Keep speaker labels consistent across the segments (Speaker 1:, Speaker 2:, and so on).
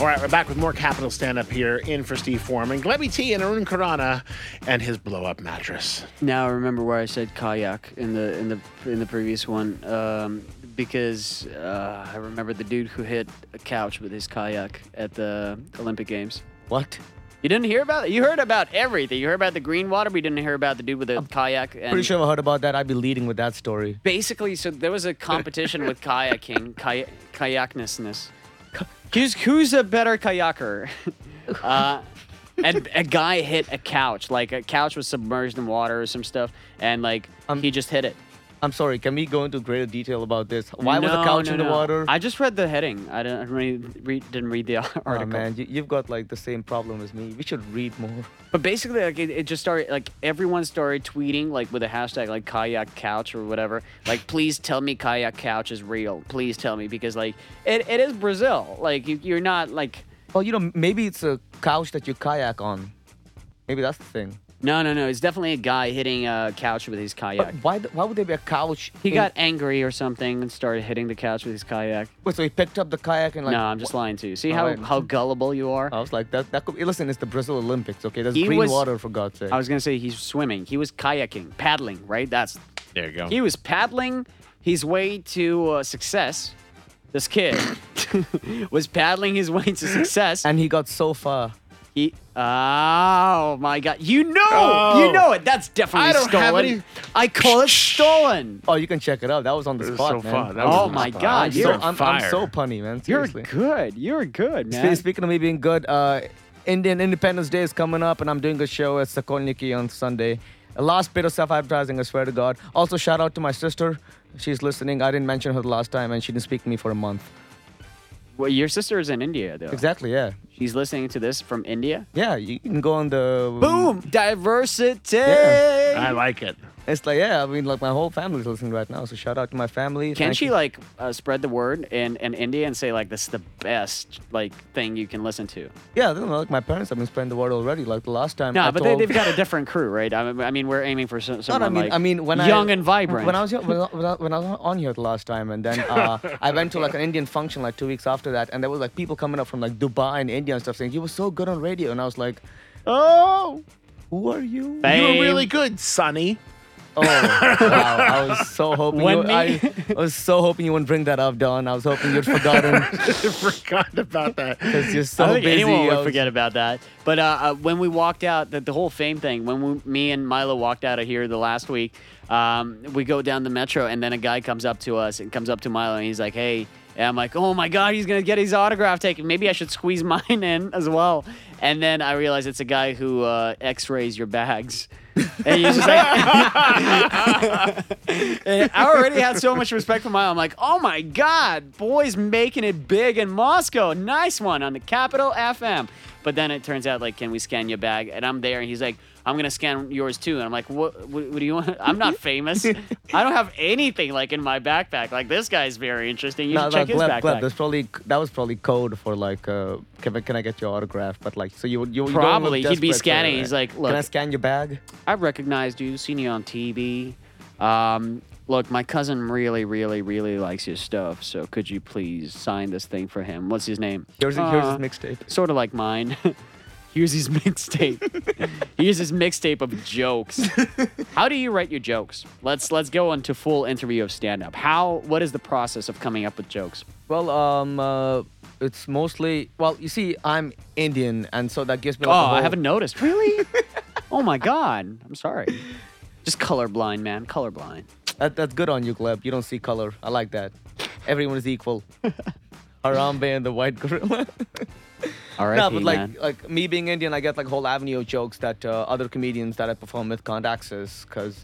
Speaker 1: right, we're back with more Capital Stand Up here in for Steve Foreman, Glebby T, and Arun Karana and his blow up mattress.
Speaker 2: Now I remember where I said kayak in the in the in the previous one um, because uh, I remember the dude who hit a couch with his kayak at the Olympic Games.
Speaker 3: What?
Speaker 2: You didn't hear about it. You heard about everything. You heard about the green water, but you didn't hear about the dude with the kayak. And
Speaker 3: Pretty sure I heard about that. I'd be leading with that story.
Speaker 2: Basically, so there was a competition with kayaking, kay- kayaknessness. Who's who's a better kayaker? uh, and a guy hit a couch. Like a couch was submerged in water or some stuff, and like
Speaker 3: Um,
Speaker 2: he just hit it.
Speaker 3: I'm sorry. Can we go into greater detail about this? Why was
Speaker 2: No,
Speaker 3: the couch
Speaker 2: no,
Speaker 3: in the
Speaker 2: no.
Speaker 3: water?
Speaker 2: I just read the heading. I didn't really read, didn't read the article.
Speaker 3: Oh, man, you, you've got like the same problem as me. We should read more.
Speaker 2: But basically, like it, it just started. Like everyone started tweeting, like with a hashtag, like kayak couch or whatever. Like, please tell me kayak couch is real. Please tell me because like it, it is Brazil. Like you, you're not like
Speaker 3: Well, you know, maybe it's a couch that you kayak on. Maybe that's the thing.
Speaker 2: no no no. It's definitely a guy hitting a couch with his kayak.
Speaker 3: But why? The, why would there be a couch?
Speaker 2: He
Speaker 3: in-
Speaker 2: got angry or something and started hitting the couch with his kayak.
Speaker 3: Wait, so he picked up the kayak and like.
Speaker 2: no, I'm just lying to you. See
Speaker 3: Oh,
Speaker 2: how,
Speaker 3: wait. Oh.
Speaker 2: how gullible you are.
Speaker 3: I was like, that. That could. Be, listen, it's the Brazil Olympics. Okay, there's
Speaker 2: He
Speaker 3: green
Speaker 2: was-
Speaker 3: water for God's sake.
Speaker 2: I was gonna say he's swimming. He was kayaking, paddling. Right. That's
Speaker 1: There you go.
Speaker 2: He was paddling his way to uh, success. This kid was paddling his way to success. And
Speaker 3: and he got so far.
Speaker 2: he, oh my god, you know,
Speaker 1: Oh.
Speaker 2: you know it. That's definitely
Speaker 1: I don't have
Speaker 2: stolen.
Speaker 1: any-
Speaker 2: I call it stolen.
Speaker 3: Oh, you can check it out. That was on the
Speaker 1: This is
Speaker 3: spot,
Speaker 1: so
Speaker 3: man.
Speaker 1: fun. That was
Speaker 2: Oh
Speaker 1: on the
Speaker 2: my
Speaker 1: spot.
Speaker 2: God,
Speaker 3: I'm,
Speaker 1: You're
Speaker 3: so,
Speaker 2: you're
Speaker 1: on
Speaker 3: I'm, I'm
Speaker 1: fire.
Speaker 3: so punny, man.
Speaker 2: You're
Speaker 3: Seriously.
Speaker 2: good. You're good,
Speaker 3: Spe-
Speaker 2: man.
Speaker 3: Speaking of me being good, uh, Indian Independence Day is coming up, and I'm doing a show at Sokolniki on Sunday. A last bit of self-advertising, I swear to God. Also, shout out to my sister. She's listening. I didn't mention her the last time, and she didn't speak to me for a month.
Speaker 2: Well, your sister is in India, though.
Speaker 3: Exactly. Yeah.
Speaker 2: She's listening to this from India.
Speaker 1: Mm.
Speaker 3: Yeah. You can go on the
Speaker 2: Boom! Diversity.
Speaker 3: Yeah.
Speaker 1: I like it.
Speaker 3: It's like yeah. I mean, like my whole family's listening right now. So shout out to my family.
Speaker 2: Can
Speaker 3: Thank
Speaker 2: she
Speaker 3: you.
Speaker 2: like uh, spread the word in, in India and say like this is the best like thing you can listen to?
Speaker 3: Yeah. they don't know, Like my parents have been spreading the word already. Like the last time.
Speaker 2: No,
Speaker 3: I
Speaker 2: but
Speaker 3: told-
Speaker 2: they, they've got a different crew, right? I mean, I mean we're aiming for some,
Speaker 3: No,
Speaker 2: someone
Speaker 3: no, I mean,
Speaker 2: like
Speaker 3: I mean, when
Speaker 2: young
Speaker 3: I,
Speaker 2: and vibrant.
Speaker 3: When I was here- when I, when I- when I was on here the last time, and then uh, I went to like an Indian function like two weeks after that, and there was like people coming up from like Dubai and India and stuff saying you were so good on radio, and I was like, oh, who are you?
Speaker 2: Thank-
Speaker 1: You
Speaker 2: Babe.
Speaker 1: were really good, Sonny.
Speaker 3: Oh, wow! I was so hoping. You,
Speaker 2: When me-
Speaker 3: I, I was so hoping you wouldn't bring that up, Don. I was hoping you'd forgotten
Speaker 1: Forgot about that.
Speaker 3: because you're so
Speaker 2: I think
Speaker 3: busy.
Speaker 2: anyone
Speaker 3: I
Speaker 2: would
Speaker 3: was-
Speaker 2: forget about that. But uh, uh, when we walked out, the, the whole fame thing. When we, me and Milo walked out of here the last week, um, we go down the metro, and then a guy comes up to us and comes up to Milo, and he's like, "Hey." And I'm like, oh my God, he's going to get his autograph taken. Maybe I should squeeze mine in as well. And then I realize it's a guy who uh, x rays your bags. And you're just like, And I already had so much respect for Milo. I'm like, oh my God, boys making it big in Moscow. Nice one on the Capital FM. But then it turns out, like, can we scan your bag? And I'm there, and he's like, I'm gonna scan yours too. And I'm like, what? What, what do you want? I'm not famous. I don't have anything like in my backpack. Like this guy's very interesting. You
Speaker 3: No,
Speaker 2: should
Speaker 3: no,
Speaker 2: check his
Speaker 3: Gleb, Gleb,
Speaker 2: backpack.
Speaker 3: that's probably that was probably code for like, uh, can, I- can I get your autograph? But like, so you would you you don't look
Speaker 2: Probably. He'd be
Speaker 3: desperate for
Speaker 2: scanning.
Speaker 3: it.
Speaker 2: He's like,
Speaker 3: can I
Speaker 2: look.
Speaker 3: scan your bag?
Speaker 2: I've recognized you, seen you on TV. Um, look, my cousin really, really, really likes your stuff. So could you please sign this thing for him? What's his name?
Speaker 3: Here's, here's his
Speaker 2: Uh,
Speaker 3: mixtape.
Speaker 2: sort of like mine. Here's his mixtape. Here's his mixtape of jokes. How do you write your jokes? Let's let's go into full interview of stand up. How what is the process of coming up with jokes?
Speaker 3: Well, um, uh, it's mostly well. You see, I'm Indian, and so that gives me.
Speaker 2: Oh,
Speaker 3: Like a
Speaker 2: I
Speaker 3: whole-
Speaker 2: haven't noticed. Really? oh my god. I'm sorry. Just colorblind, man. Colorblind.
Speaker 3: That, that's good on you, Gleb. You don't see color. I like that. Everyone is equal. Harambe and the white gorilla.
Speaker 2: All right,
Speaker 3: no, but like
Speaker 2: man.
Speaker 3: like me being Indian, I get like a whole avenue of jokes that uh, other comedians that I perform with can't access because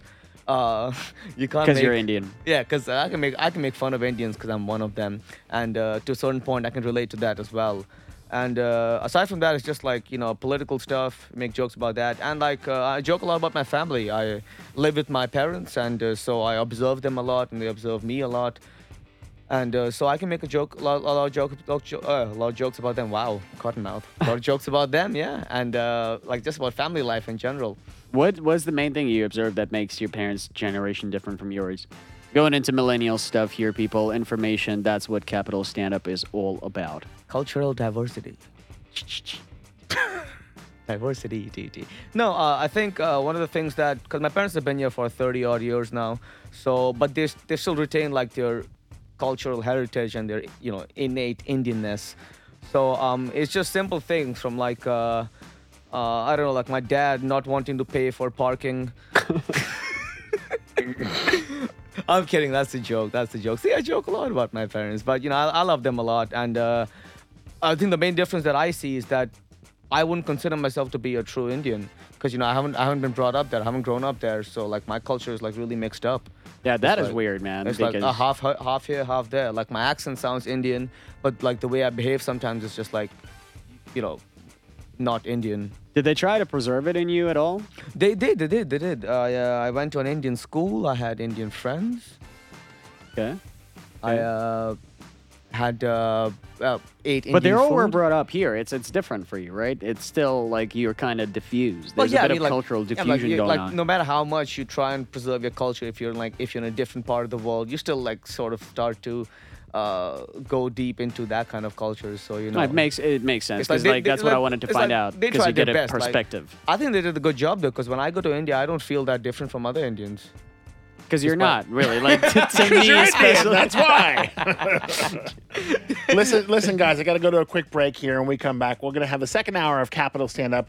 Speaker 3: uh, you can't.
Speaker 2: because you're
Speaker 3: make-
Speaker 2: Indian.
Speaker 3: Yeah, because I can make I can make fun of Indians because I'm one of them, and uh, to a certain point I can relate to that as well. And uh, aside from that, it's just like you know political stuff. Make jokes about that, and like uh, I joke a lot about my family. I live with my parents, and uh, so I observe them a lot, and they observe me a lot. And uh, so I can make a joke, a lot, a lot of jokes, a lot of jo- uh, a lot of jokes about them. Wow, cottonmouth. A lot of jokes about them, yeah, and uh, like just about family life in general.
Speaker 2: What was the main thing you observed that makes your parents' generation different from yours? Going into millennial stuff here, people, information, that's what capital stand up is all about.
Speaker 3: Cultural diversity. Diversity, ETT. No, uh, I think uh, one of the things that because my parents have been here for 30 odd years now, so but they they still retain like their cultural heritage and their you know innate Indianness. So um, it's just simple things from like uh, uh, I don't know, like my dad not wanting to pay for parking. I'm kidding. That's a joke. That's a joke. See, I joke a lot about my parents, but you know, I, I love them a lot. And uh, I think the main difference that I see is that I wouldn't consider myself to be a true Indian because you know I haven't I haven't been brought up there. I haven't grown up there, so like my culture is like really mixed up.
Speaker 2: Yeah, that
Speaker 3: It's
Speaker 2: is
Speaker 3: like-
Speaker 2: weird, man.
Speaker 3: It's
Speaker 2: because
Speaker 3: like a half half here, half there. Like my accent sounds Indian, but like the way I behave sometimes is just like, you know, not Indian.
Speaker 2: did they try to preserve it in you at all?
Speaker 3: They did, they did, they did. Uh, yeah, I went to an Indian school. I had Indian friends.
Speaker 2: Okay.
Speaker 3: I
Speaker 2: Okay.
Speaker 3: uh, had uh, uh, eight.
Speaker 2: But they
Speaker 3: Indian
Speaker 2: all were
Speaker 3: food.
Speaker 2: brought up here. It's it's different for you, right? It's still like you're kind of diffused.
Speaker 3: Well,
Speaker 2: There's
Speaker 3: yeah,
Speaker 2: a bit
Speaker 3: I mean,
Speaker 2: of
Speaker 3: like-
Speaker 2: cultural
Speaker 3: yeah,
Speaker 2: diffusion
Speaker 3: like, you-
Speaker 2: going
Speaker 3: like,
Speaker 2: on.
Speaker 3: No matter how much you try and preserve your culture, if you're in, like if you're in a different part of the world, you still like sort of start to uh, go deep into that kind of culture. So you know,
Speaker 2: No, it makes it makes sense
Speaker 3: It's like
Speaker 2: because
Speaker 3: they-
Speaker 2: like,
Speaker 3: they-
Speaker 2: that's what I
Speaker 3: like-
Speaker 2: wanted to
Speaker 3: it's
Speaker 2: find
Speaker 3: like
Speaker 2: out
Speaker 3: they
Speaker 2: because you
Speaker 3: tried their
Speaker 2: get a
Speaker 3: best, like-
Speaker 2: perspective.
Speaker 3: I think they did a good job though, because when I go to India, I don't feel that different from other Indians.
Speaker 2: Because you're
Speaker 3: despite-
Speaker 2: not really like to, to
Speaker 1: Because
Speaker 2: me
Speaker 1: you're Indian,
Speaker 2: especially.
Speaker 1: that's why. listen, listen, guys, I got to go to a quick break here, and we come back. We're going to have the second hour of Capital Stand Up.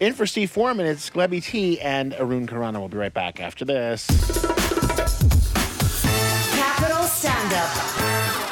Speaker 1: E In for Steve Foreman, it's Glebby T and Arun Karana. We'll be right back after this.